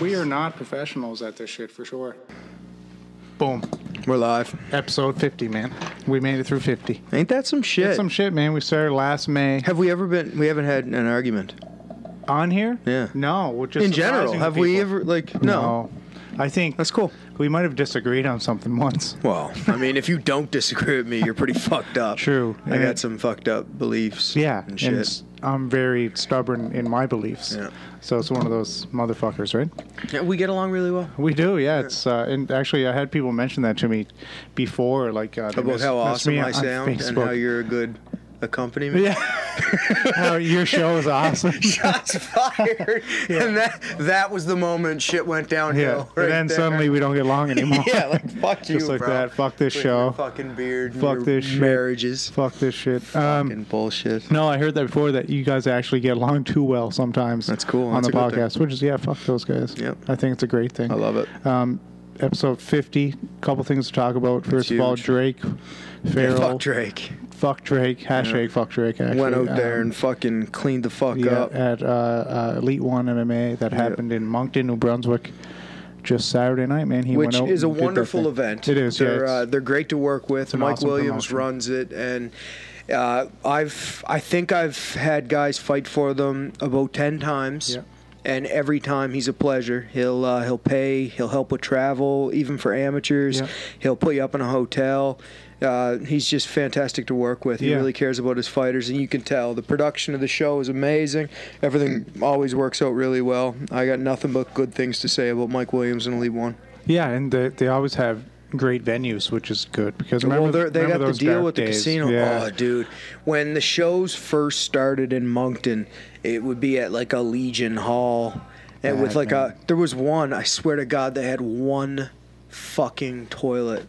We are not professionals at this shit for sure. Boom. We're live. Episode 50, man. We made it through 50. Ain't that some shit? That's some shit, man. We started last May. have we ever been? We haven't had an argument On here? Yeah. No, we're just in general. surprising Have people. we ever like? No. No. I think That's cool. we might have disagreed on something once. Well, I mean, if you don't disagree with me, you're pretty fucked up. True. I And got it- some fucked up beliefs. Yeah. And shit. it's- I'm very stubborn in my beliefs. Yeah. So it's one of those motherfuckers, right? Yeah, we get along really well. We do, yeah. It's uh, and actually, I had people mention that to me before, like uh, they About miss- how miss awesome me I on sound and Facebook. how you're a good accompaniment. yeah, how your show is awesome. Shots fired. And that that was the moment shit went Yeah, downhill. right and then there. suddenly we don't get along anymore. yeah, like fuck you, Just like bro. that. Fuck this With show. your fucking beard. and Fuck your this shit. Marriages. Fuck this shit. Um, Fucking bullshit. no, I heard that before that you guys actually get along too well sometimes. That's cool. on That's the a good thing. podcast, which is yeah, fuck those guys. Yep. I think it's a great thing. I love it. Um, episode fifty. Couple things to talk about. First of all, huge. Drake, Farrell, Fuck Drake. fuck Drake, hashtag fuck Drake. Actually Went out there Um, and fucking cleaned the fuck yeah, up. at uh, uh, Elite One MMA that happened in Moncton, New Brunswick, just Saturday night. Man, he went which out is a and did that wonderful thing. event. It is. They're, yeah, it's- uh, they're great to work with. an Mike awesome Williams promotion. runs it, and uh, I've I think I've had guys fight for them about ten times. Yeah. And every time he's a pleasure. He'll uh, he'll pay. He'll help with travel, even for amateurs. Yeah. He'll put you up in a hotel. Uh, he's just fantastic to work with. He Yeah. really cares about his fighters, and you can tell the production of the show is amazing. Everything always works out really well. I got nothing but good things to say about Mike Williams and Elite One. Yeah, and they, they always have great venues, which is good because remember well, they're- they remember got those to deal dark with the days. casino. Yeah. Oh, dude, when the shows first started in Moncton, it would be at like a Legion Hall, and with Bad, like man. a there was one. I swear to God, they had one fucking toilet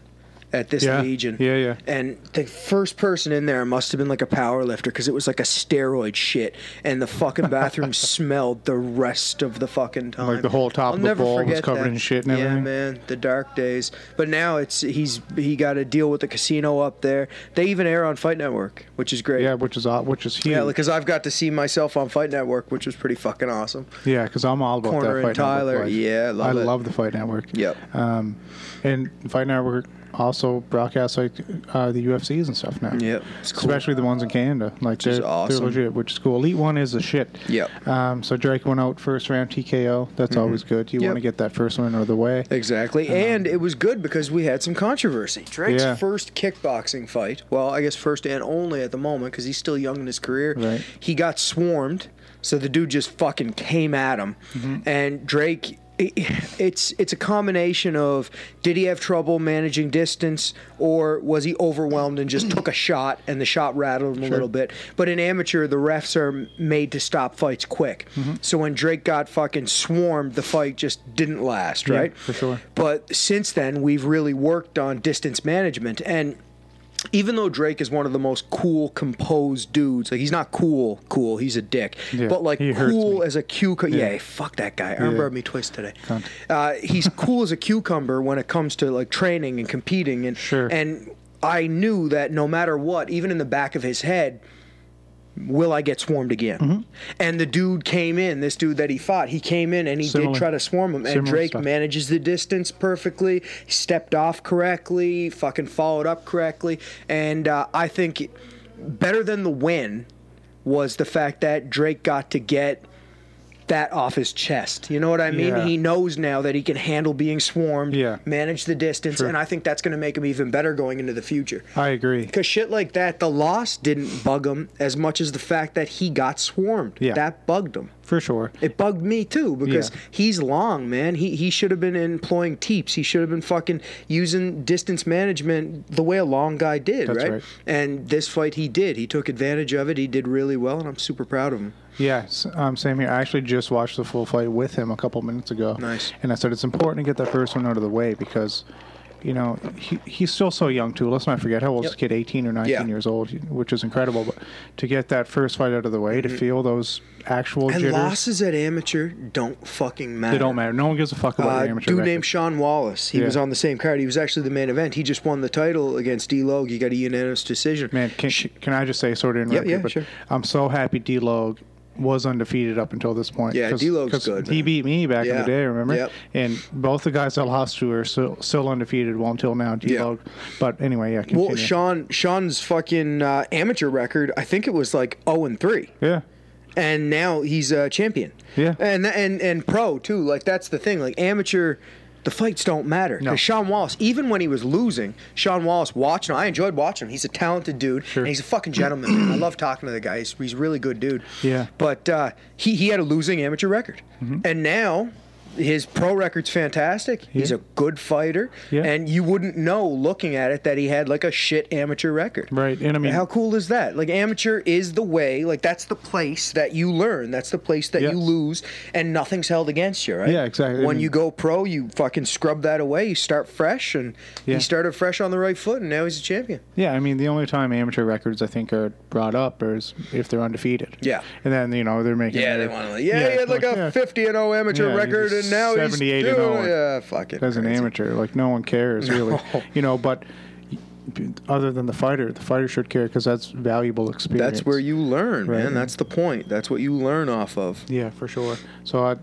at this Yeah. Legion. Yeah, yeah. And the first person in there must have been like a power lifter because it was like a steroid shit, and the fucking bathroom smelled the rest of the fucking time. Like the whole top I'll of the never bowl was forget covered that. in shit and yeah, everything. man, the dark days. But now it's he's he got to deal with the casino up there. They even air on Fight Network, which is great. yeah, which is aw- which is huge. Yeah, because I've got to see myself on Fight Network, which was pretty fucking awesome. Yeah, because I'm all about Corner that and fight Tyler, Network. life. yeah, I love I it. love the fight network. Yep. Um, and fight network also broadcasts like uh, the UFCs and stuff now. Yep, it's cool. Especially the ones in Canada, like is they're, awesome. they're legit, which is cool. Elite one is the shit. Yep. Mm-hmm. Um, so Drake went out first round TKO. That's always good. You Yep. want to get that first one out of the way. Exactly, and it was good because we had some controversy. Drake's Uh-huh. Yeah. first kickboxing fight, well, I guess first and only at the moment because he's still young in his career. Right. He got swarmed, so the dude just fucking came at him, Mm-hmm. and Drake. i- It's it's a combination of did he have trouble managing distance or was he overwhelmed and just took a shot and the shot rattled him a little bit. But in amateur, the refs are made to stop fights quick. Mm-hmm. So when Drake got fucking swarmed, the fight just didn't last, Yeah, right? for sure. But since then, we've really worked on distance management. And even though Drake is one of the most cool, composed dudes, like he's not cool, cool, he's a dick, Yeah, but like he hurts cool me. as a cucumber. Yeah. fuck that guy. I remember me twice today. Uh, he's cool as a cucumber when it comes to like training and competing. And, Sure. And I knew that no matter what, even in the back of his head, will I get swarmed again? Mm-hmm. And the dude came in, this dude that he fought, he came in and he did Similar- try to swarm him. And similar Drake stuff. manages the distance perfectly, stepped off correctly, fucking followed up correctly. And uh, I think better than the win was the fact that Drake got to get that off his chest. You know what I mean? Yeah. He knows now that he can handle being swarmed, Yeah. manage the distance, and I think that's going to make him even better going into the future. I agree. Because shit like that, the loss didn't bug him as much as the fact that he got swarmed. Yeah. That bugged him. for sure. It bugged me too because Yeah. he's long, man. He he should have been employing teeps. He should have been fucking using distance management the way a long guy did, That's right? right. And this fight he did. He took advantage of it. He did really well, and I'm super proud of him. Yes, um, same here. I actually just watched the full fight with him a couple minutes ago. Nice. And I said it's important to get that first one out of the way because, you know, he, he's still so young too. Let's not forget how old Yep. is this kid? Eighteen or nineteen Yeah. years old, which is incredible. But to get that first fight out of the way, to Mm-hmm. feel those actual And jitters, losses at amateur don't fucking matter. they don't matter. No one gives a fuck about Uh, your amateur dude record. named Sean Wallace. He Yeah. was on the same card. He was actually the main event. He just won the title against D Logue. He got a unanimous decision. Man, can, can I just say, sort of interrupt Yeah, you, yeah, but sure. I'm so happy D Log was undefeated up until this point. Yeah, 'cause- D-Log's 'cause good, He man. beat me back in Yeah. the day, remember? Yep. And both the guys I lost to are still, still undefeated, well, until now, D Log. But anyway, yeah, continue. Well, Sean Sean's fucking uh, amateur record, I think it was like 0 and 3. yeah. and now he's a champion. Yeah. and and and pro too. Like that's the thing. Like amateur, the fights don't matter. No. Because Sean Wallace, even when he was losing, Sean Wallace watching. I enjoyed watching him. He's a talented dude, Sure. and he's a fucking gentleman. man. I love talking to the guy. He's, he's a really good dude. Yeah. Mm-hmm. but uh, he he had a losing amateur record, and now. His pro record's fantastic. He's Yeah. a good fighter, Yeah. and you wouldn't know looking at it that he had like a shit amateur record. Right. And I mean, How cool is that? Like amateur is the way, like that's the place that you learn. That's the place that Yeah. you lose and nothing's held against you, right? Yeah, exactly. I When mean- you go pro, you fucking scrub that away. You start fresh and Yeah. he started fresh on the right foot and now he's a champion. Yeah, I mean the only time amateur records I think are brought up is if they're undefeated. Yeah. and then you know they're making. their- to Yeah, he had like a yeah, 50 and 0 amateur Yeah, he's record just and now he's 78 and doing- 0. Yeah, fucking as an crazy. amateur. Like no one cares really, you know. But other than the fighter, the fighter should care because that's valuable experience. That's where you learn, Right. man. That's the point. That's what you learn off of. Yeah, for sure. So I,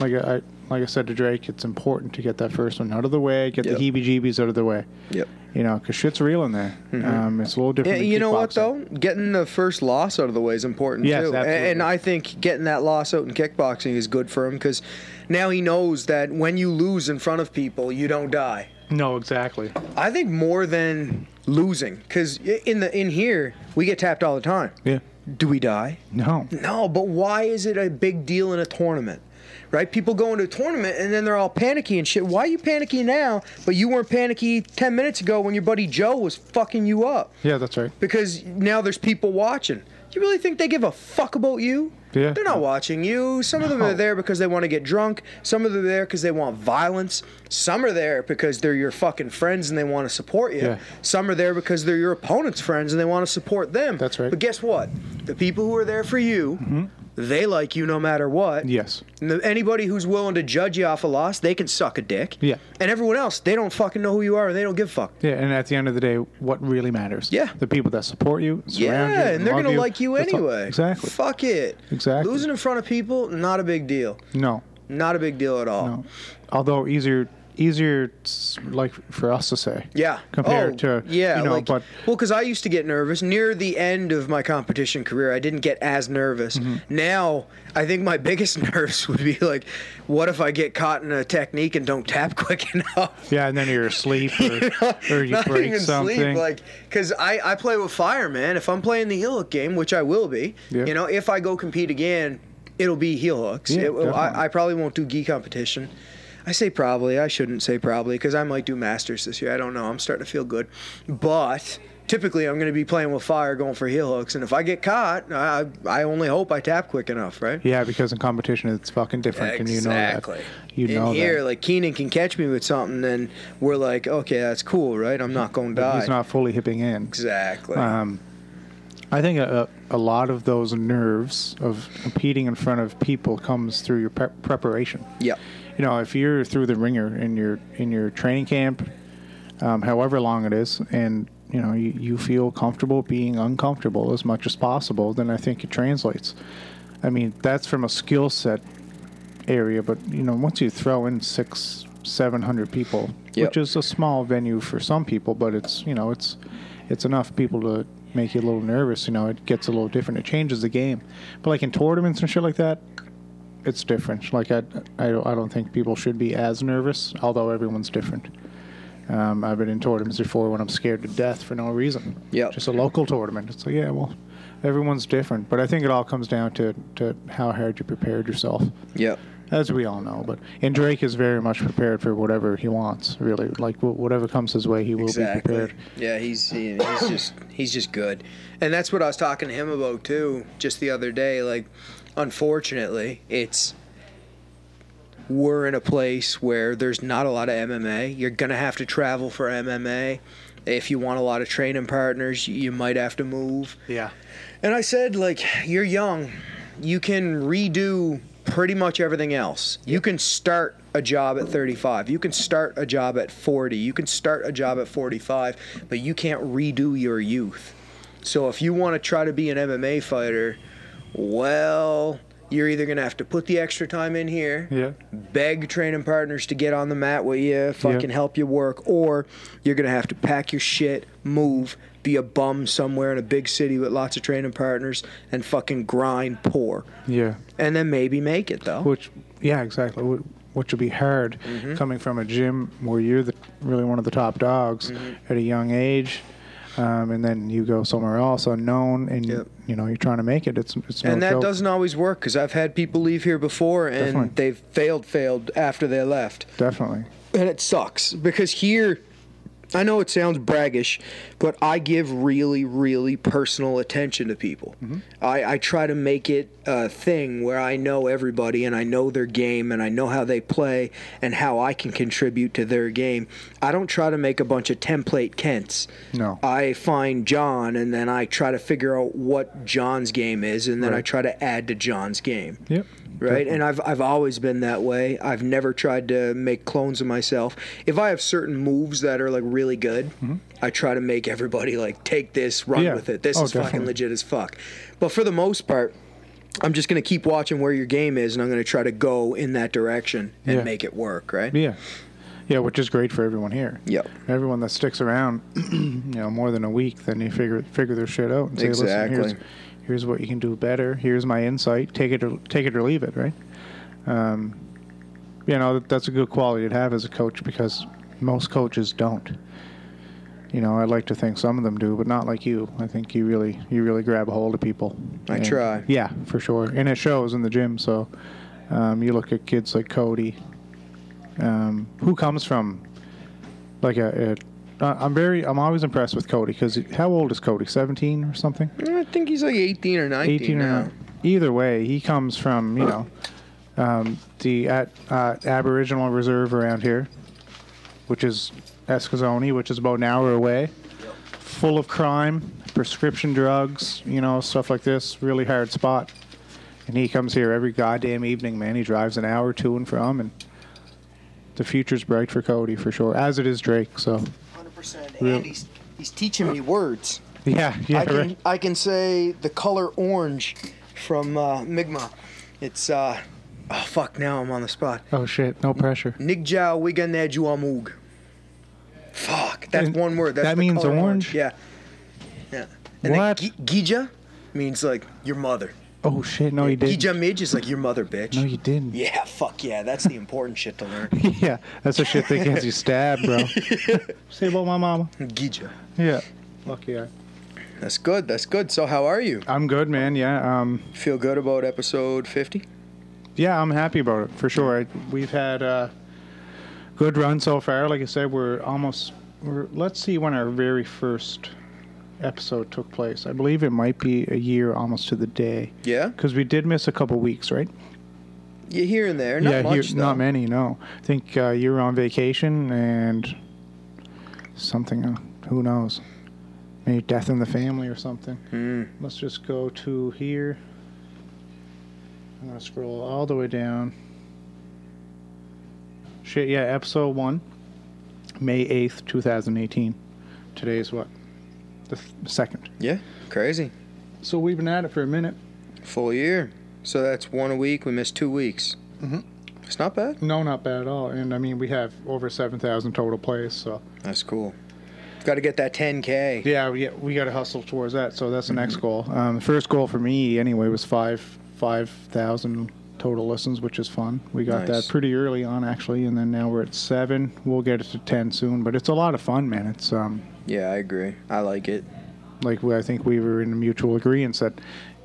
like I, like I said to Drake, it's important to get that first one out of the way, get Yep. the heebie-jeebies out of the way. Yep. You know, because shit's real in there. Um, it's a little different. Mm-hmm. Yeah, than you know what kickboxing. though, getting the first loss out of the way is important Yes, too. A- absolutely. And I think getting that loss out in kickboxing is good for him because now he knows that when you lose in front of people, you don't die. No, exactly. I think more than losing, because in the in here we get tapped all the time. Yeah. Do we die? No. No, but why is it a big deal in a tournament? Right? People go into a tournament and then they're all panicky and shit. Why are you panicky now, but you weren't panicky 10 minutes ago when your buddy Joe was fucking you up? Yeah, that's right. because now there's people watching. You really think they give a fuck about you? Yeah. They're not watching you. Some of them No. are there because they want to get drunk. Some of them are there because they want violence. Some are there because they're your fucking friends and they want to support you. Yeah. Some are there because they're your opponent's friends and they want to support them. That's right. Mm-hmm. But guess what? The people who are there for you, they like you no matter what. Yes. And the- Anybody who's willing to judge you off a loss, they can suck a dick. Yeah. And everyone else, they don't fucking know who you are and they don't give a fuck. Yeah, and at the end of the day, what really matters? Yeah. the people that support you, surround you, Yeah, and they're love gonna like you That's all- anyway. exactly. Fuck it. Exactly. Losing in front of people, not a big deal. No, Not a big deal at all. no. Although easier, easier, s- like for us to say. Yeah. Compared Oh, to yeah, you know, like, but well, because I used to get nervous near the end of my competition career. I didn't get as nervous. Mm-hmm. Now I think my biggest nerves would be like, what if I get caught in a technique and don't tap quick enough? yeah, and then you're asleep or, or you Not break even something. sleep, like because I, I play with fire, man. If I'm playing the heel hook game, which I will be, Yeah. you know, if I go compete again, it'll be heel hooks. Yeah, It- well, definitely. I, I probably won't do gi competition. I say probably. I shouldn't say probably because I might do masters this year. I don't know. I'm starting to feel good, but typically I'm going to be playing with fire, going for heel hooks, and if I get caught, I, I only hope I tap quick enough, right? yeah, because in competition it's fucking different, and you know that. Exactly. You know in here, that. like Keenan can catch me with something, and we're like, okay, that's cool, right? I'm not going to die. He's not fully hipping in. Exactly. Um, I think a, a a lot of those nerves of competing in front of people comes through your prep preparation. yep. you know if you're through the ringer in your in your training camp um, however long it is and you know you, you feel comfortable being uncomfortable as much as possible then i think it translates i mean that's from a skill set area but you know once you throw in six seven hundred people Yep. which is a small venue for some people but it's you know it's it's enough people to make you a little nervous you know it gets a little different it changes the game but like in tournaments and shit like that it's different. Like I, I, I don't think people should be as nervous, although everyone's different. Um, I've been in tournaments before when I'm scared to death for no reason. Yep. Just a local tournament. It's like, yeah, well, everyone's different. But I think it all comes down to, to how hard you prepared yourself, Yep. as we all know. But And Drake is very much prepared for whatever he wants, really. Like, wh- whatever comes his way, he will be Exactly. prepared. Yeah, he's he, he's just he's just good, and that's what I was talking to him about too, just the other day. Like, unfortunately, it's we're in a place where there's not a lot of MMA. You're gonna have to travel for MMA. If you want a lot of training partners, you might have to move. Yeah. And I said, like, you're young. You can redo pretty much everything else. You can start a job at 35. You can start a job at 40. You can start a job at 45, but you can't redo your youth. So if you want to try to be an MMA fighter, well, you're either going to have to put the extra time in here Yeah. beg training partners to get on the mat with you, fucking Yeah. help you work, or you're gonna have to pack your shit, move, be a bum somewhere in a big city with lots of training partners, and fucking grind poor, Yeah. and then maybe make it though. Which, yeah, exactly. wh- Which would be hard Mm-hmm. coming from a gym where you're the, really one of the top dogs Mm-hmm. at a young age. Um, and then you go somewhere else unknown and Yep. you know you're trying to make it it's, it's no And that joke. doesn't always work because I've had people leave here before and Definitely. they've failed, failed after they left. definitely and it sucks because here I know it sounds braggish, but I give really, really personal attention to people. Mm-hmm. I, I try to make it a thing where I know everybody and I know their game and I know how they play and how I can contribute to their game. I don't try to make a bunch of template Kents. No. I find John and then I try to figure out what John's game is and then I Right. try to add to John's game yep right? And I've I've always been that way. I've never tried to make clones of myself. If I have certain moves that are like really good, I try to make everybody like take this, run Mm-hmm. Yeah. with it. This Oh, is fucking definitely. legit as fuck. But for the most part, I'm just gonna keep watching where your game is, and I'm gonna try to go in that direction and Yeah. make it work, right? yeah yeah which is great for everyone here Yep. everyone that sticks around you know more than a week then you figure figure their shit out and say listen Exactly. here's here's what you can do better here's my insight take it or take it or leave it right um you know that's a good quality to have as a coach because most coaches don't you know i'd like to think some of them do but not like you i think you really you really grab a hold of people I And- try. yeah for sure and it shows in the gym so um, you look at kids like cody um, who comes from like a, a I- I'm very I'm always impressed with Cody because how old is Cody 17 or something I think he's like 18 or 19 18 or now. not. either way he comes from you know um, the at, uh, Aboriginal reserve around here which is Escazone which is about an hour away full of crime prescription drugs you know stuff like this really hard spot and he comes here every goddamn evening man he drives an hour to and from and the future's bright for Cody for sure as it is Drake so Hundred percent. Real- And he's he's teaching me words. yeah yeah I can right. I can say the color orange from uh, Mi'kmaq. It's uh oh fuck now I'm on the spot. oh shit no pressure Nigjao Wiganadjuamug. Fuck, that's And one word. That's that the means color orange? Yeah. Yeah. And What? then Gi- Gija means like your mother. oh shit no he didn't Gija Midge is like your mother, bitch. no you didn't yeah, fuck yeah. That's the important shit to learn. yeah, that's the shit that gets you stabbed, bro. Say about my mama. Gija. Yeah. Lucky I. That's good. That's good. So how are you? I'm good, man. Yeah. Um. Feel good about episode 50? Yeah, I'm happy about it for sure. I, we've had a good run so far. Like I said, we're almost. We're, let's see when our very first episode took place. I believe it might be a year almost to the day Yeah? because we did miss a couple weeks, right? Yeah, here and there. Not yeah, much here- though. not many. No, I think uh, you were on vacation and something. Uh, who knows? Maybe death in the family or something. Hmm. Let's just go to here. I'm gonna scroll all the way down. Shit, yeah, episode one, May eighth, two thousand eighteen. Today is what the th- second. Yeah, crazy. So we've been at it for a minute. Full year. So that's one a week. We missed two weeks. Mm-hmm. It's not bad. No, not bad at all. And I mean, we have over seven thousand total plays. So. That's cool. Got to get that 10K. Yeah, we, we got to hustle towards that. So that's the next goal. Um, the first goal for me, anyway, was five five thousand total listens, which is fun. We Nice. got that pretty early on actually, and then now we're at seven. We'll get it to ten soon, but it's a lot of fun, man. It's um Yeah, I agree. I like it. like we, I think we were in mutual agreement that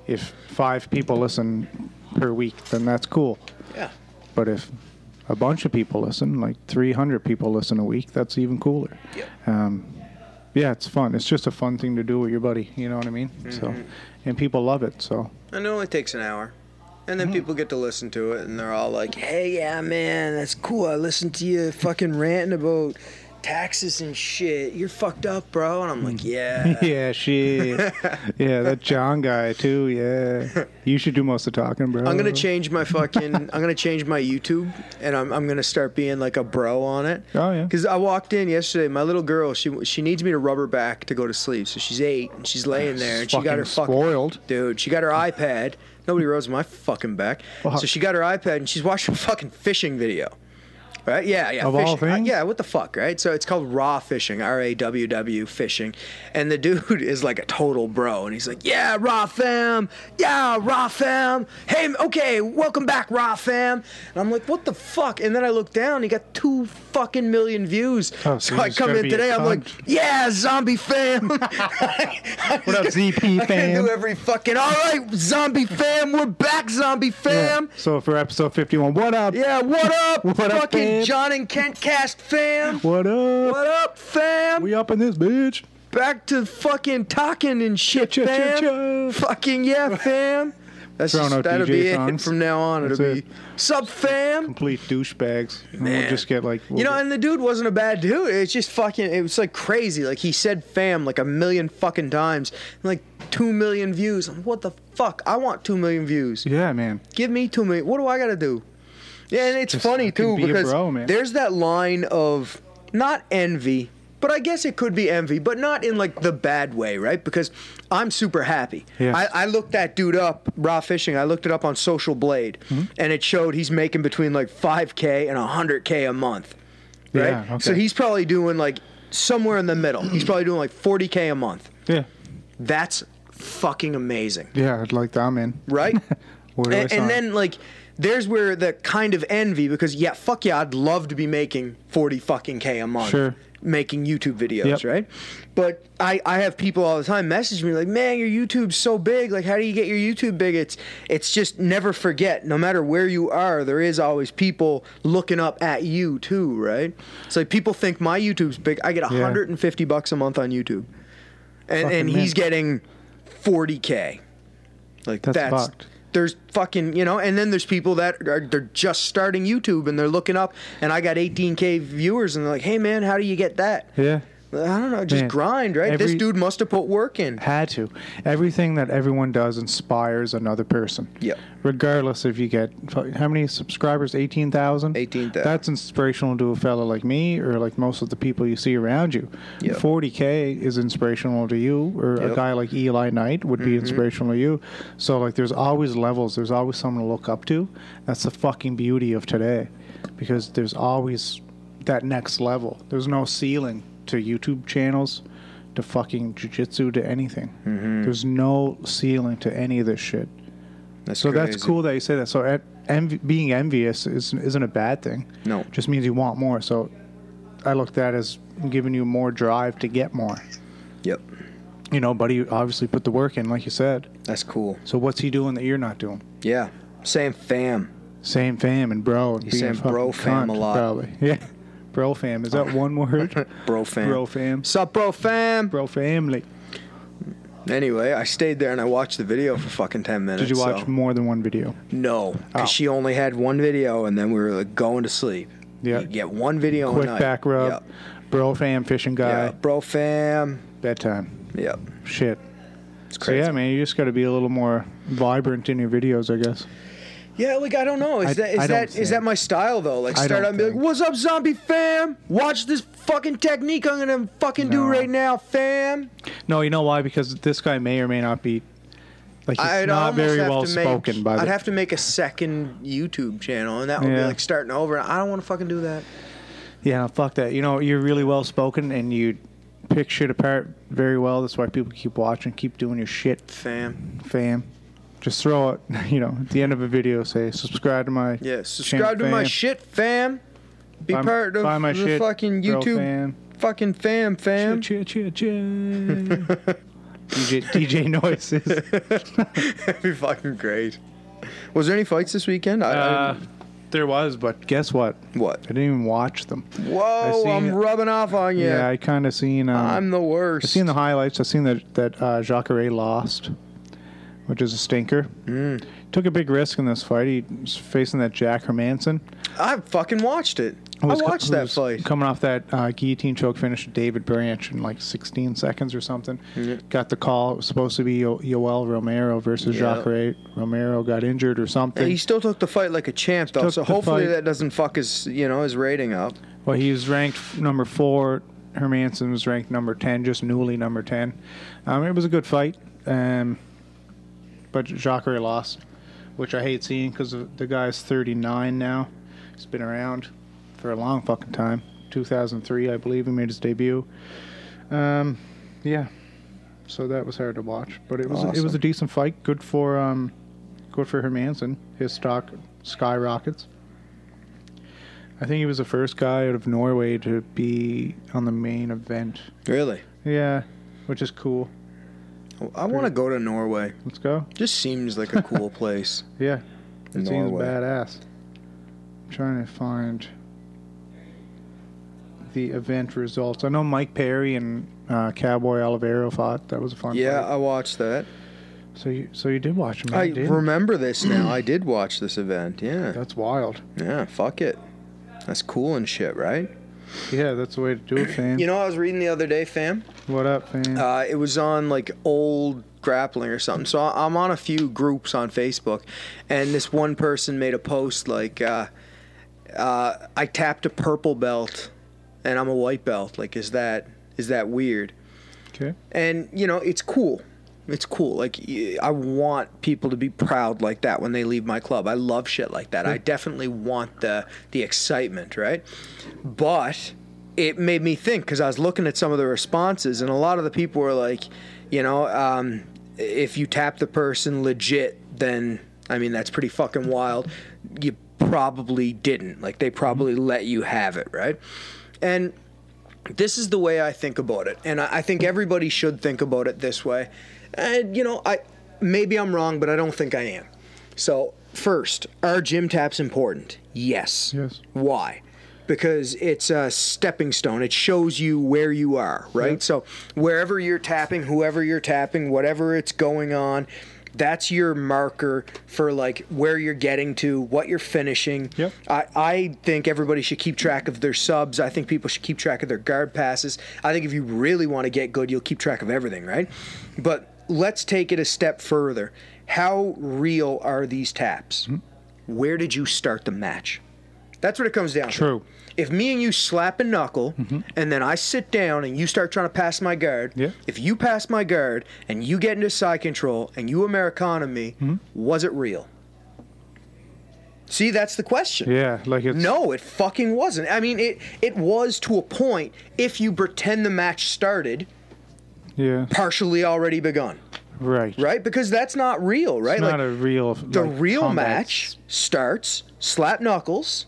if five people listen per week, then that's cool. Yeah. But if a bunch of people listen, like 300 people listen a week, that's even cooler. Yep. Um, yeah, it's fun. It's just a fun thing to do with your buddy. You know what I mean? Mm-hmm. So, and people love it. So, And it only takes an hour. And then people get to listen to it and they're all like, hey, yeah, man, that's cool. I listened to you fucking ranting about taxes and shit. You're fucked up, bro. And I'm like, yeah. yeah, shit. yeah, that John guy too. Yeah, you should do most of the talking, bro. I'm gonna change my fucking. I'm gonna change my YouTube, and I'm, I'm gonna start being like a bro on it. Oh, yeah. Because I walked in yesterday. My little girl, she she needs me to rub her back to go to sleep. So she's eight, and she's laying there, and she got her fucking spoiled. dude. She got her iPad. Nobody rubs my fucking back. Fuck. So she got her iPad, and she's watching a fucking fishing video. Right? Yeah, yeah. Of all fishing. Uh, things? yeah, what the fuck, right? So it's called raw fishing, R A W W fishing, and the dude is like a total bro, and he's like, "Yeah, raw fam, yeah, raw fam, hey, m- okay, welcome back, raw fam." And I'm like, "What the fuck?" And then I look down, he got two fucking million views. Oh, so so you I just come gotta in be a today, I'm like, cunt. "Yeah, zombie fam." what up, ZP I fam? do every fucking. All right, zombie fam, we're back, zombie Yeah. fam. So for episode 51, what up? Yeah, what up, What up, fucking fam? John and Kent cast fam? What up? What up, fam? We up in this bitch. Back to fucking talking and shit, Cha, cha, fam. cha, cha. Fucking yeah, fam. That's Throwing just, out that'll DJ be it songs. from now on. It'll That's be it. sub fam. Complete douchebags. And Man. we'll just get like You know, and the dude wasn't a bad dude. It's just fucking. It was like crazy. Like he said "fam" like a million fucking times, and like two million views. I'm, what the fuck? I want two million views. yeah, man. Give me two million. What do I gotta do? Yeah, and it's Just funny too fucking be a because bro, man. there's that line of not envy, but I guess it could be envy, but not in like the bad way, right? Because I'm super happy. Yes. I, I looked that dude up, raw fishing. I looked it up on Social Blade, Mm-hmm. and it showed he's making between like 5k and 100k a month, right? Yeah, okay. So he's probably doing like somewhere in the middle. He's probably doing like 40k a month. Yeah. That's fucking amazing Yeah, I'd like that. I'm in. right? Where do I and, sign? and then like there's where the kind of envy because yeah, fuck yeah, I'd love to be making 40 fucking k a month. Sure. Making YouTube videos, Yep. right? But I, I have people all the time message me like, man, your YouTube's so big. Like, how do you get your YouTube big? It's it's just never forget. No matter where you are, there is always people looking up at you too, right? So like, people think my YouTube's big. I get 150 bucks a month on YouTube, and and Fucking he's man. getting 40k. Like That's that's, fucked. there's fucking you know, and then there's people that are they're just starting YouTube and they're looking up, and I got 18k viewers, and they're like, hey man, how do you get that? Yeah. I don't know, just Man, grind, right? this every- dude must have put work in. Had to. Everything that everyone does inspires another person. Yep. Regardless if you get how many subscribers? Eighteen thousand. 18,000. That's inspirational to a fellow like me or like most of the people you see around you. Yep. Forty k is inspirational to you, or a Yep. Mm-hmm. guy like Eli Knight would be inspirational to you. So like, there's always levels. There's always someone to look up to. That's the fucking beauty of today, because there's always that next level. There's no ceiling to YouTube channels to fucking jujitsu to anything. Mm-hmm. There's no ceiling to any of this shit. So that's cool that you say that. So at, env- being envious is, isn't a bad thing. No. just means you want more. So I looked at as giving you more drive to get more. Yep, You know, buddy obviously put the work in, like you said. that's cool. So what's he doing that you're not doing? Yeah, same fam. Same fam and bro. And He's being a saying bro fucking fam cunt, a lot. Probably. Yeah. Bro fam. Is that one word? Bro fam. Bro fam. Sup, bro fam. Bro family. Anyway, I stayed there and I watched the video for fucking 10 minutes. Did you watch so- more than one video? No, because Oh. she only had one video, and then we were like going to sleep. Yeah. You get one video. a Quick night. back rub. Yep. Bro fam fishing guy. Yeah, bro, fam. Bedtime. Yep, Shit. it's So crazy. yeah, man, you just got to be a little more vibrant in your videos, I guess. Yeah, like I don't know. Is I- that is I don't that think. is that my style though? Like I start don't out and be like, think. "What's up, zombie fam? Watch this fucking technique I'm gonna fucking do No. right now, fam." No, you know why? Because this guy may or may not be like he's I'd not almost very have well to make- spoken by I'd the. have to make a second YouTube channel, and that would be Yeah. like starting over. I don't want to fucking do that. yeah, no, fuck that. You know, you're really well spoken and you pick shit apart very well. That's why people keep watching, keep doing your shit, Fam, fam. just throw it, you know, at the end of a video, say, subscribe to my Yeah, subscribe channel, to my fam. shit, fam. Be Buy m- part of buy my the shit, fucking bro, YouTube fam. fucking fam, fam. Cheer, cheer, cheer, cheer. DJ DJ noises. That'd be fucking great. Was there any fights this weekend? I, Uh, there was, but guess what? I I what? didn't even watch them. Whoa, seen- I'm rubbing off on you. Yeah, I kind of seen. Um, I'm the worst. I've seen the highlights. I've seen that that uh, Jacare lost, which is a stinker. Mm. Took a big risk in this fight. He was facing that Jack Hermanson. I fucking watched it. who was I co- watched who that was fight. Coming off that uh, guillotine choke finish, of David Branch in like 16 seconds or something. Mm-hmm. Got the call. It was supposed to be Yo- Yoel Romero versus Yeah. Jacare. Romero got injured or something. And he still took the fight like a champ, though. took So the hopefully fight. that doesn't fuck his, you know, his rating up. Well, he was ranked f- number four. Hermanson was ranked number ten, just newly number ten. Um, it was a good fight, um, but Jacare lost, which I hate seeing because the guy's 39 now. He's been around for a long fucking time. 2003, I believe, he made his debut. Um, yeah, so that was hard to watch, but it was it was Awesome. a decent fight. Good for um, good for Hermanson. His stock skyrockets. I think he was the first guy out of Norway to be on the main event. Really? Yeah, which is cool. I want to go to Norway. Let's go. Just seems like a cool place. Yeah, it seems Norway. badass. I'm trying to find the event results. I know Mike Perry and uh, Cowboy Olivero fought. That was a fun. Yeah, fight. I watched that. So you so you did watch him. I did. remember this now. I did watch this event. Yeah. That's wild. Yeah, fuck it. That's cool and shit, right? Yeah, that's the way to do it, fam. You know, I was reading the other day, fam. what up, fam? Uh, it was on like old grappling or something. So I- I'm on a few groups on Facebook, and this one person made a post like, uh, uh, "I tapped a purple belt, and I'm a white belt. Like, is that is that weird?" okay. and you know it's cool it's cool like y- i want people to be proud like that when they leave my club i love shit like that i definitely want the the excitement right but it made me think because i was looking at some of the responses and a lot of the people were like you know um, if you tap the person legit then i mean that's pretty fucking wild you probably didn't like they probably let you have it right and this is the way I think about it, and I, I think everybody should think about it this way. And you know, I maybe I'm wrong, but I don't think I am. So first, are gym taps important? Yes. Yes. Why? Because it's a stepping stone. It shows you where you are, right? Yep. So wherever you're tapping, whoever you're tapping, whatever it's going on, that's your marker for like where you're getting to, what you're finishing. Yep. I, I think everybody should keep track of their subs. I think people should keep track of their guard passes. I think if you really want to get good, you'll keep track of everything, right? But let's take it a step further. How real are these taps? Where did you start the match? That's what it comes down to. True. Mm-hmm. If me and you slap a knuckle, and then I sit down and you start trying to pass my guard, Yeah. if you pass my guard and you get into side control and you Americana me, Mm-hmm. was it real? See, that's the question. Yeah, like it's No, it fucking wasn't. I mean, it it was to a point if you pretend the match started Yeah, partially already begun, right. right? Because that's not real, right? It's not a real. the real match starts slap knuckles,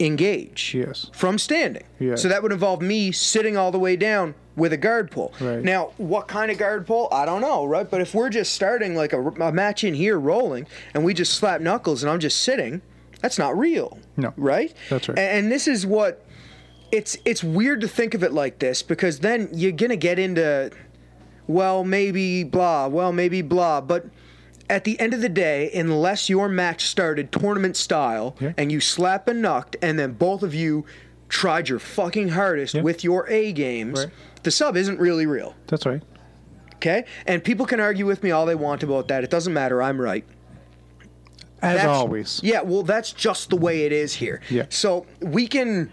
engage Yes. from standing. Yeah. So that would involve me sitting all the way down with a guard pull. Right. Now, what kind of guard pull? I don't know, right? But if we're just starting like a, a match in here rolling and we just slap knuckles and I'm just sitting, that's not real. No. Right? That's right. A- and this is what it's it's weird to think of it like this because then you're going to get into well, maybe blah, well, maybe blah. But at the end of the day, unless your match started tournament style Yeah. and you slap and knucked, and then both of you tried your fucking hardest Yeah. with your A games, Right. the sub isn't really real. That's right. Okay? And people can argue with me all they want about that. It doesn't matter. I'm right. As That's- always. Yeah, well, that's just the way it is here. Yeah. So we can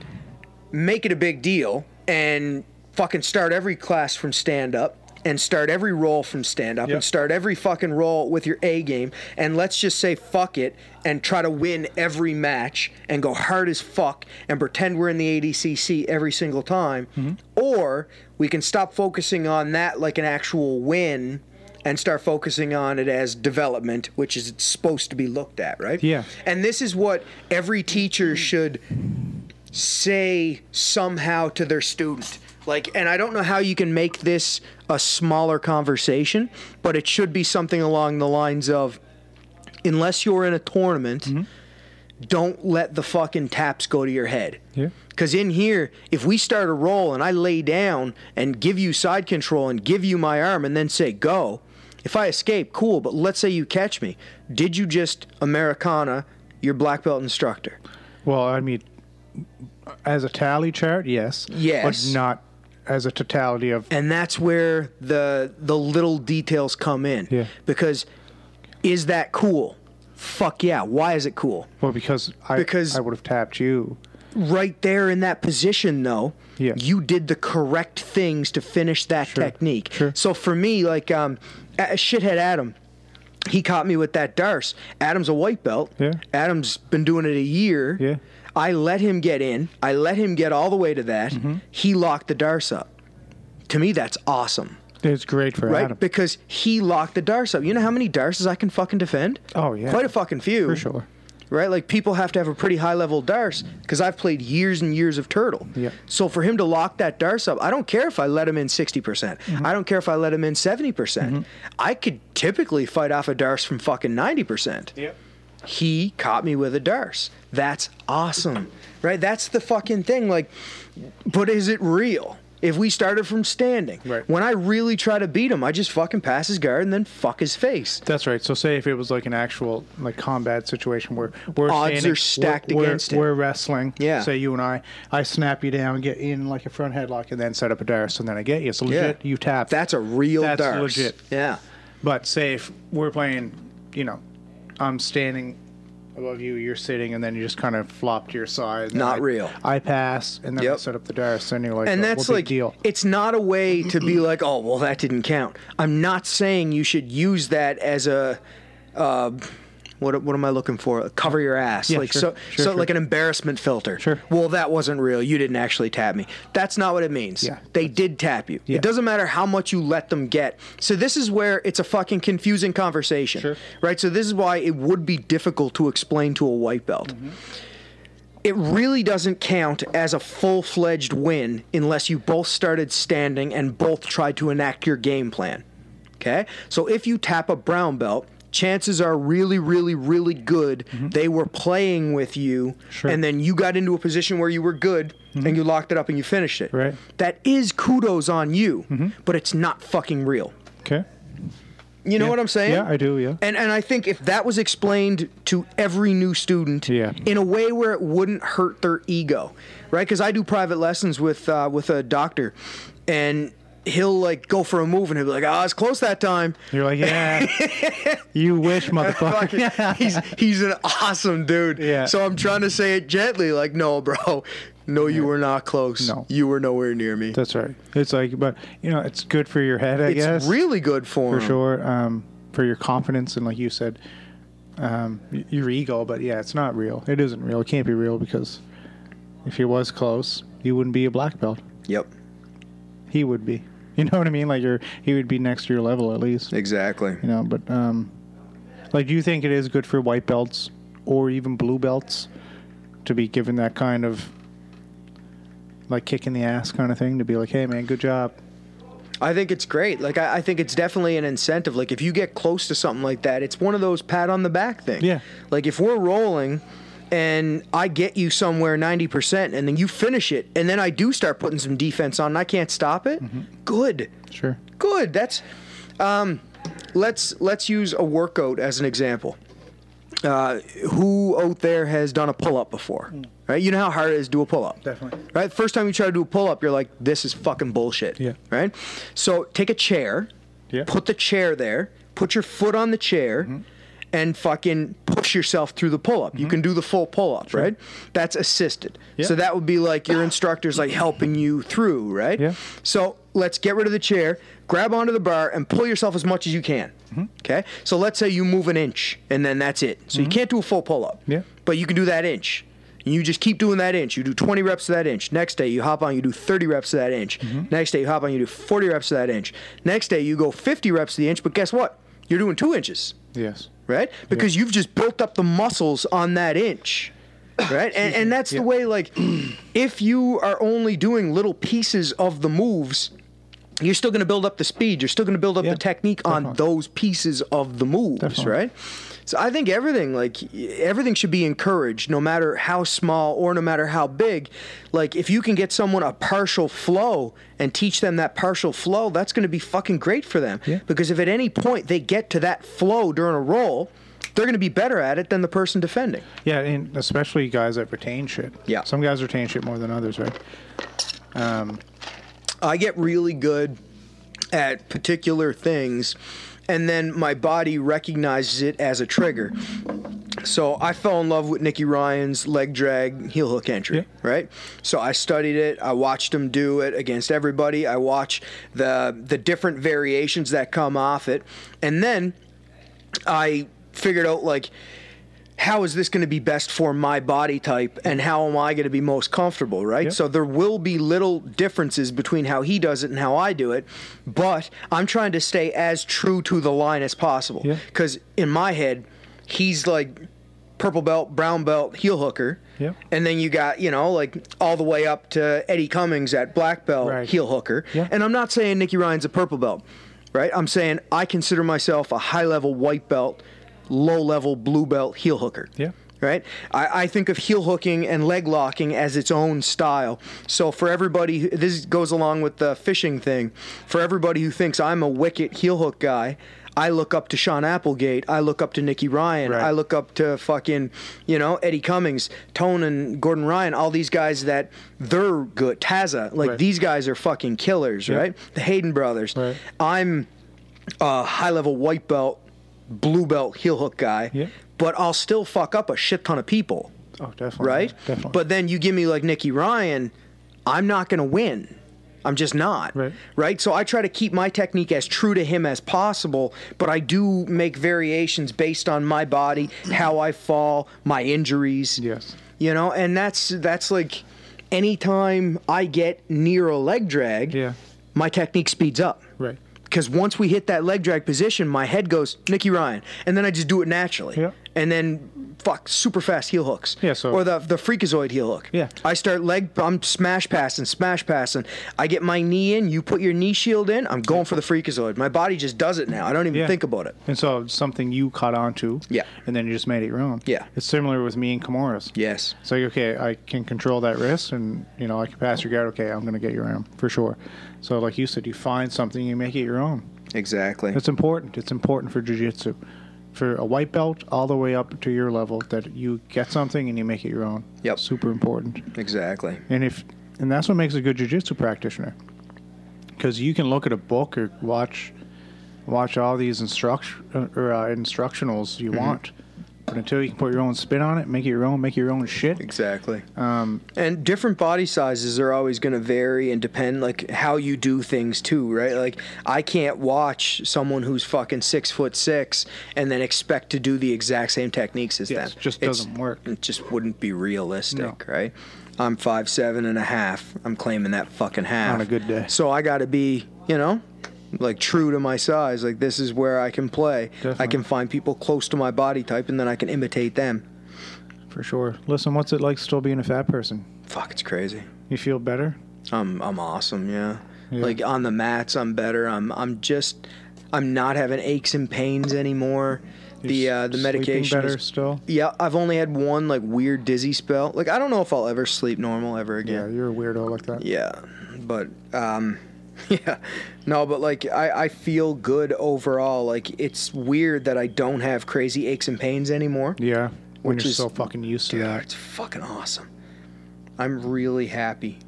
make it a big deal and fucking start every class from stand up and start every roll from stand up Yep. and start every fucking roll with your A game and let's just say fuck it and try to win every match and go hard as fuck and pretend we're in the ADCC every single time or we can stop focusing on that like an actual win and start focusing on it as development, which is it's supposed to be looked at, right? Yeah. And this is what every teacher should say somehow to their student. Like, and I don't know how you can make this a smaller conversation, but it should be something along the lines of unless you're in a tournament, Mm-hmm. don't let the fucking taps go to your head. Yeah. Because in here, if we start a roll and I lay down and give you side control and give you my arm and then say go, if I escape, cool. But let's say you catch me. Did you just Americana your black belt instructor? Well, I mean, as a tally chart, yes. Yes. But not as a totality of. and that's where the the little details come in. Yeah. Because is that cool? Fuck yeah. Why is it cool? Well, because I Because- I would have tapped you. Right there in that position though, Yeah. you did the correct things to finish that technique. sure. So for me, like um a- shithead Adam, he caught me with that darce. Adam's a white belt. Yeah. Adam's been doing it a year. Yeah. I let him get in. I let him get all the way to that. Mm-hmm. He locked the darce up. To me, that's awesome. It's great for right? Adam. Because he locked the darts up. You know how many darts I can fucking defend? Oh, yeah. quite a fucking few. For sure. Right, like people have to have a pretty high level darts because I've played years and years of turtle. Yeah. So for him to lock that darts up, I don't care if I let him in sixty percent. Mm-hmm. I don't care if I let him in seventy percent. I could typically fight off a darts from fucking ninety percent. Yep. He caught me with a darts. That's awesome, right? That's the fucking thing. Like, but is it real? If we started from standing, Right. when I really try to beat him, I just fucking pass his guard and then fuck his face. That's right. So say if it was like an actual like combat situation where we're Odds standing- are stacked we're, we're- against it. We're wrestling. Yeah. Say you and I, I snap you down, get in like a front headlock, and then set up a darce, and then I get you. So legit, you tap. That's a real That's darts. legit. Yeah. But say if we're playing, you know, I'm standing above you, you're sitting, and then you just kind of flop to your side. and then Not I- real. I pass, and then I Yep. set up the darts, and you're like, and oh, that's well, big like deal. it's not a way to be like oh well that didn't count i'm not saying you should use that as a uh, what, what am i looking for cover your ass Yeah, like sure, so sure, so sure. like an embarrassment filter Sure. well that wasn't real you didn't actually tap me that's not what it means Yeah. they did tap you Yeah. it doesn't matter how much you let them get so this is where it's a fucking confusing conversation Sure. right so this is why it would be difficult to explain to a white belt it really doesn't count as a full-fledged win unless you both started standing and both tried to enact your game plan. Okay? So if you tap a brown belt, chances are really really really good they were playing with you Mm-hmm. Sure. Mm-hmm. and then you got into a position where you were good and you locked it up and you finished it. Right. Mm-hmm. That is kudos on you, but it's not fucking real. Okay. You know what I'm saying? Yeah, I do. Yeah. And and I think if that was explained to every new student Yeah. in a way where it wouldn't hurt their ego, right? Because I do private lessons with uh, with a doctor, and he'll like go for a move and he'll be like, "Ah, it's close that time." You're like, yeah. you wish, motherfucker. Fucking- he's he's an awesome dude. Yeah. So I'm trying to say it gently, like, "No, bro, no, you were not close. No. you were nowhere near me." That's right. It's like, but you know, it's good for your head, I it's guess. really good for, for him. sure. Um, for your confidence and, like you said, um, y- your ego. But yeah, it's not real. It isn't real. It can't be real because if he was close, you wouldn't be a black belt. Yep, He would be. You know what I mean? Like you're, he would be next to your level at least. exactly. You know, but um, like, do you think it is good for white belts or even blue belts to be given that kind of like kick in the ass kind of thing to be like, hey man, good job. I think it's great. Like I, I think it's definitely an incentive. Like if you get close to something like that, it's one of those pat on the back thing. Yeah. Like if we're rolling and I get you somewhere 90% and then you finish it and then I do start putting some defense on and I can't stop it, Mm-hmm. good. Sure. Good. That's um let's let's use a workout as an example. Uh, who out there has done a pull up before? Right? You know how hard it is to do a pull up. Hmm. Definitely. Right? First time you try to do a pull up, you're like, this is fucking bullshit. Yeah. Right? So take a chair, Yeah. Mm-hmm. put the chair there, put your foot on the chair, and fucking push yourself through the pull up. You can do the full pull up, right? That's assisted. Mm-hmm. Yeah. So that would be like your instructor's like helping you through, right? Yeah. So let's get rid of the chair, grab onto the bar, and pull yourself as much as you can. Okay? So let's say you move an inch, and then that's it. So you can't do a full pull up. Yeah. But you can do that inch. And you just keep doing that inch. You do 20 reps of that inch. Next day, you hop on, you do 30 reps of that inch. Next day, you hop on, you do 40 reps of that inch. Next day, you go 50 reps of the inch, but guess what? You're doing two inches, Yes. right? Because you've just built up the muscles on that inch, right? And, and that's the way, like, if you are only doing little pieces of the moves, you're still going to build up the speed. You're still going to build up Yeah, the technique on definitely. those pieces of the moves, Definitely. right? So I think everything, like everything, should be encouraged, no matter how small or no matter how big. Like if you can get someone a partial flow and teach them that partial flow, that's going to be fucking great for them. Yeah. Because if at any point they get to that flow during a roll, they're going to be better at it than the person defending. Yeah, and especially guys that retain shit. Yeah. Some guys retain shit more than others, right? I get really good at particular things, and then my body recognizes it as a trigger. So I fell in love with Nicky Ryan's leg drag heel hook entry, Yeah. right? So I studied it. I watched him do it against everybody. I watch the the different variations that come off it, and then I figured out like how is this going to be best for my body type and how am I going to be most comfortable, right? Yeah. So there will be little differences between how he does it and how I do it, but I'm trying to stay as true to the line as possible Yeah. because in my head, he's like purple belt, brown belt, heel hooker. Yeah. And then you got, you know, like all the way up to Eddie Cummings at black belt, Right. heel hooker. Yeah. And I'm not saying Nicky Ryan's a purple belt, right? I'm saying I consider myself a high level white belt, low level blue belt heel hooker. Yeah. Right? I, I think of heel hooking and leg locking as its own style. So, for everybody, who- this goes along with the fishing thing. For everybody who thinks I'm a wicked heel hook guy, I look up to Sean Applegate. I look up to Nicky Ryan. Right. I look up to fucking, you know, Eddie Cummings, Tone and Gordon Ryan, all these guys that they're good. Taza, like Right. these guys are fucking killers, Yeah. right? The Hayden brothers. Right. I'm a high level white belt, blue belt heel hook guy, Yeah. but I'll still fuck up a shit ton of people, Oh, definitely. right? Definitely. But then you give me like Nicky Ryan, I'm not gonna win. I'm just not. Right. right. So I try to keep my technique as true to him as possible, but I do make variations based on my body, how I fall, my injuries yes. you know and that's that's like anytime i get near a leg drag Yeah. my technique speeds up Right. because once we hit that leg drag position my head goes nicky ryan and then i just do it naturally Yeah. and then fuck super fast heel hooks Yeah, so- or the the freakazoid heel hook Yeah. i start leg i'm smash passing smash passing i get my knee in you put your knee shield in i'm going for the freakazoid my body just does it now i don't even Yeah. think about it And so it's something you caught on to. Yeah. And then you just made it your own. Yeah. It's similar with me and Kimura's. yes It's like, okay, I can control that wrist and, you know, I can pass your guard. Okay, I'm going to get your arm for sure. So, like you said, you find something, you make it your own. exactly It's important. It's important for jujitsu. For a white belt all the way up to your level, that you get something and you make it your own. Yep. Super important. exactly And if and that's what makes a good jujitsu practitioner, because you can look at a book or watch watch all these instruction or uh, instructionals you want, but until you can put your own spin on it, make it your own, make your own shit. Exactly. Um, and different body sizes are always going to vary and depend like how you do things too, right? Like I can't watch someone who's fucking six foot six and then expect to do the exact same techniques as Yes, them. just It's- doesn't work. It just wouldn't be realistic, No. right? I'm five seven and a half. I'm claiming that fucking half On a good day. So I got to be, you know. Like true to my size, like this is where I can play. I Definitely. can find people close to my body type, and then I can imitate them. For sure. Listen, what's it like still being a fat person? Fuck, it's crazy. You feel better? I'm I'm awesome, yeah. Yeah. Like on the mats, I'm better. I'm I'm just I'm not having aches and pains anymore. the You're uh, s- the sleeping medication. better is- still. yeah, I've only had one like weird dizzy spell. Like I don't know if I'll ever sleep normal ever Yeah, again. you're a weirdo like that. Yeah, but um, yeah, no, but like I I feel good overall. Like it's weird that I don't have crazy aches and pains anymore. Yeah, when Which you're is- so fucking used to Yeah, that. it's fucking awesome. I'm really happy.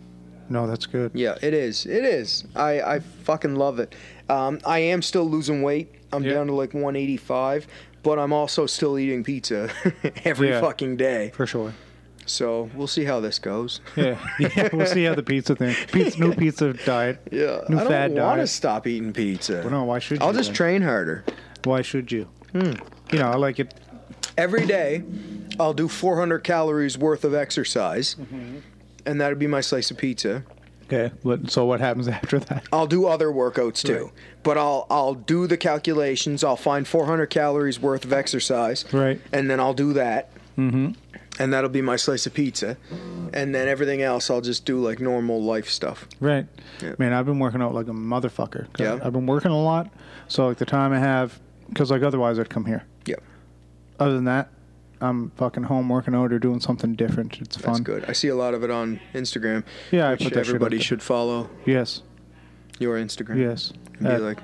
No, that's good. Yeah, it is. It is. I, I fucking love it. Um, I am still losing weight. I'm Yeah. down to like 185, but I'm also still eating pizza every Yeah. fucking day. For sure. So we'll see how this goes. Yeah. yeah, we'll see how the pizza thing. Pizza, new pizza diet. Yeah, New I fad don't want to diet. stop eating pizza. Well, no, why should I'll you just Hmm. then? train harder Why should you? You know, I like it. every day. I'll do 400 calories worth of exercise, Mm-hmm. and that'd be my slice of pizza. Okay. What- So what happens after that? I'll do other workouts too, but I'll I'll do the calculations. I'll find 400 calories worth of exercise, Right. And then I'll do that, mm-hmm. and that'll be my slice of pizza, and then everything else I'll just do like normal life stuff. Right. Man, I've been working out like a motherfucker. 'Cause Yeah. I've been working a lot. So like the time I have, because like otherwise I'd come here. Yep, Other than that, I'm fucking home working out or doing something different. It's fun. that's good. I see a lot of it on Instagram. Yeah, I which put that shit up everybody there. should follow Yes. your Instagram. Yes. and be Uh, like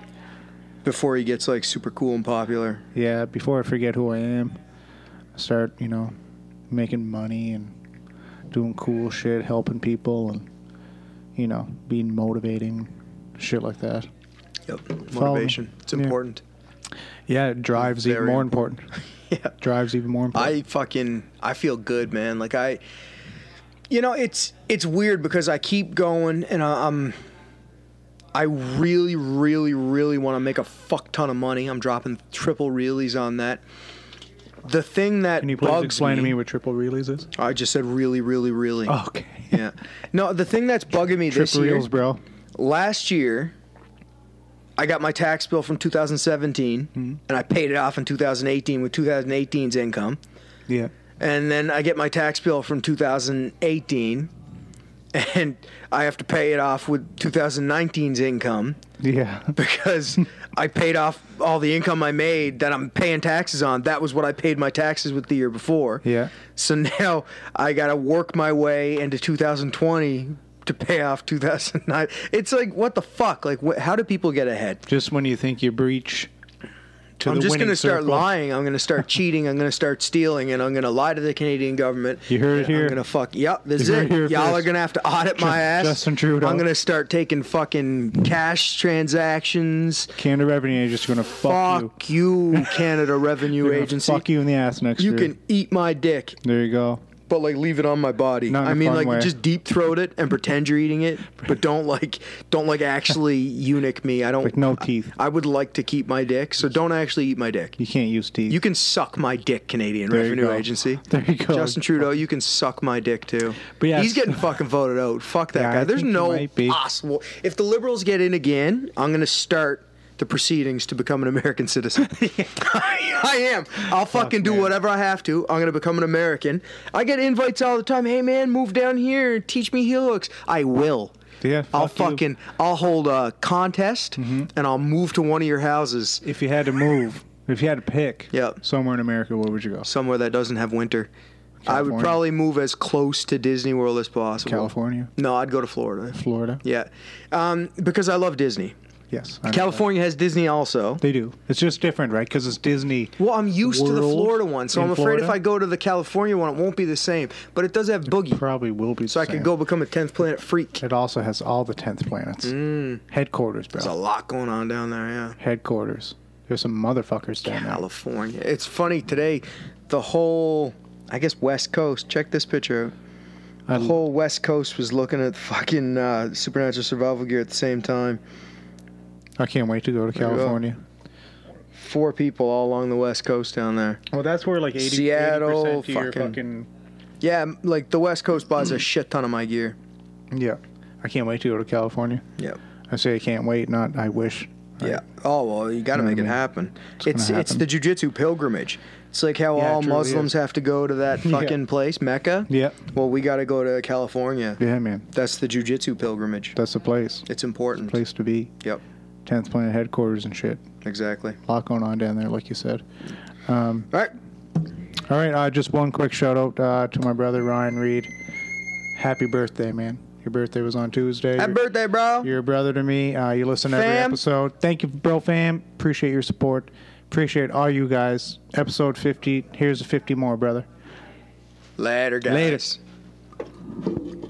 before he gets like super cool and popular. yeah. Before I forget who I am, I start you know making money and doing cool shit, helping people, and you know being motivating, shit like that. Yep, Follow me. motivation. It's Yeah. important. Yeah, it drives even Very more important. Yeah. Drives even more important. I fucking I feel good, man. Like I, you know, it's it's weird because I keep going and I, I'm. I really, really, really want to make a fuck ton of money. I'm dropping triple reelies on that. The thing that Can you please bugs explain to me what triple reels is? I just said really, really, really. Okay. Yeah. No, the thing that's bugging me this Triple year. reels, bro. last year I got my tax bill from 2017 Mm-hmm. and I paid it off in 2018 with 2018's income. Yeah. And then I get my tax bill from 2018 and I have to pay it off with 2019's income Yeah. because I paid off all the income I made that I'm paying taxes on. That was what I paid my taxes with the year before. Yeah. So now I got to work my way into 2020 to pay off 2009. It's like what the fuck? Like wh- how do people get ahead? Just when you think you breach to I'm the just winning going to start circle. lying. I'm going to start cheating. I'm going to start stealing, and I'm going to lie to the Canadian government. You heard it and here. I'm going to fuck. Yep, this You is it. heard it here Y'all are first. going to have to audit my ass. Justin Trudeau. I'm going to start taking fucking cash transactions. Canada Revenue Agency's going to fuck, you. Fuck you, Canada Revenue They're gonna Agency. Fuck you in the ass next You year. can eat my dick, There you go. but like leave it on my body. Not in I a mean, fun like way. just deep throat it and pretend you're eating it, but don't like don't like actually eunuch me. I don't. Like no teeth. I would like to keep my dick, so don't actually eat my dick. You can't use teeth. You can suck my dick, Canadian There you Revenue go. Agency. There you go. Justin Trudeau, you can suck my dick too. But yeah, he's it's- getting fucking voted out. Fuck that Yeah, guy. I There's think he no might be. possible. If the Liberals get in again, I'm gonna start the proceedings to become an American citizen. I am. I'll fucking do man. whatever I have to. I'm gonna become an American. I get invites all the time. Hey man, move down here and teach me heel hooks. I will. Yeah, I'll fuck you. Mm-hmm. fucking I'll hold a contest and I'll move to one of your houses if you had to move, if you had to pick Yep. somewhere in America, where would you go? somewhere that doesn't have winter. I would California. probably move as close to Disney World as possible. California, No, I'd go to Florida. Florida. Yeah, um, because I love Disney. Yes. I know that. California has Disney also. They do. It's just different, right? Because it's Disney. Well, I'm used to the World Florida one, so in I'm afraid if Florida? I go to the California one, it won't be the same. But it does have Boogie, Probably will be. the so I could same. go become a 10th planet freak. It also has all the tenth planets. Mm. Headquarters, bro. There's a lot going on down there, yeah. Headquarters. There's some motherfuckers down there. California. It's funny today, the whole, I guess, West Coast. Check this picture out. I- The whole West Coast was looking at fucking uh, supernatural survival gear at the same time. I can't wait to go to you go. California. Four people all along the West Coast down there. Well, that's where like 80, Seattle, percent of your fucking- fucking. Yeah, m- like the West Coast buys Mm. a shit ton of my gear. Yeah, I can't wait to go to California. Yep. I say I can't wait, not I wish. Yeah. Oh well, you got to You know make it what I mean? happen. It's Mm-hmm. gonna it's, the happen. jujitsu pilgrimage. It's like how Yeah, it all truly Muslims is. have to go to that Yeah. fucking place, Mecca. Yep. Well, we got to go to California. Yeah, man, That's the jujitsu pilgrimage. that's the place, It's important. place to be. Yep. Tenth Planet headquarters and shit. Exactly. A lot going on down there, like you said. All right. All right, uh, just one quick shout out uh, to my brother Ryan Reed. Happy birthday, man! Your birthday was on Tuesday. Happy Your- birthday, bro. You're a brother to me. Uh, you listen to every Fam. episode. Thank you, bro, fam. Appreciate your support. Appreciate all you guys. Episode 50. Here's a 50 more, brother. Later, guys. Laters.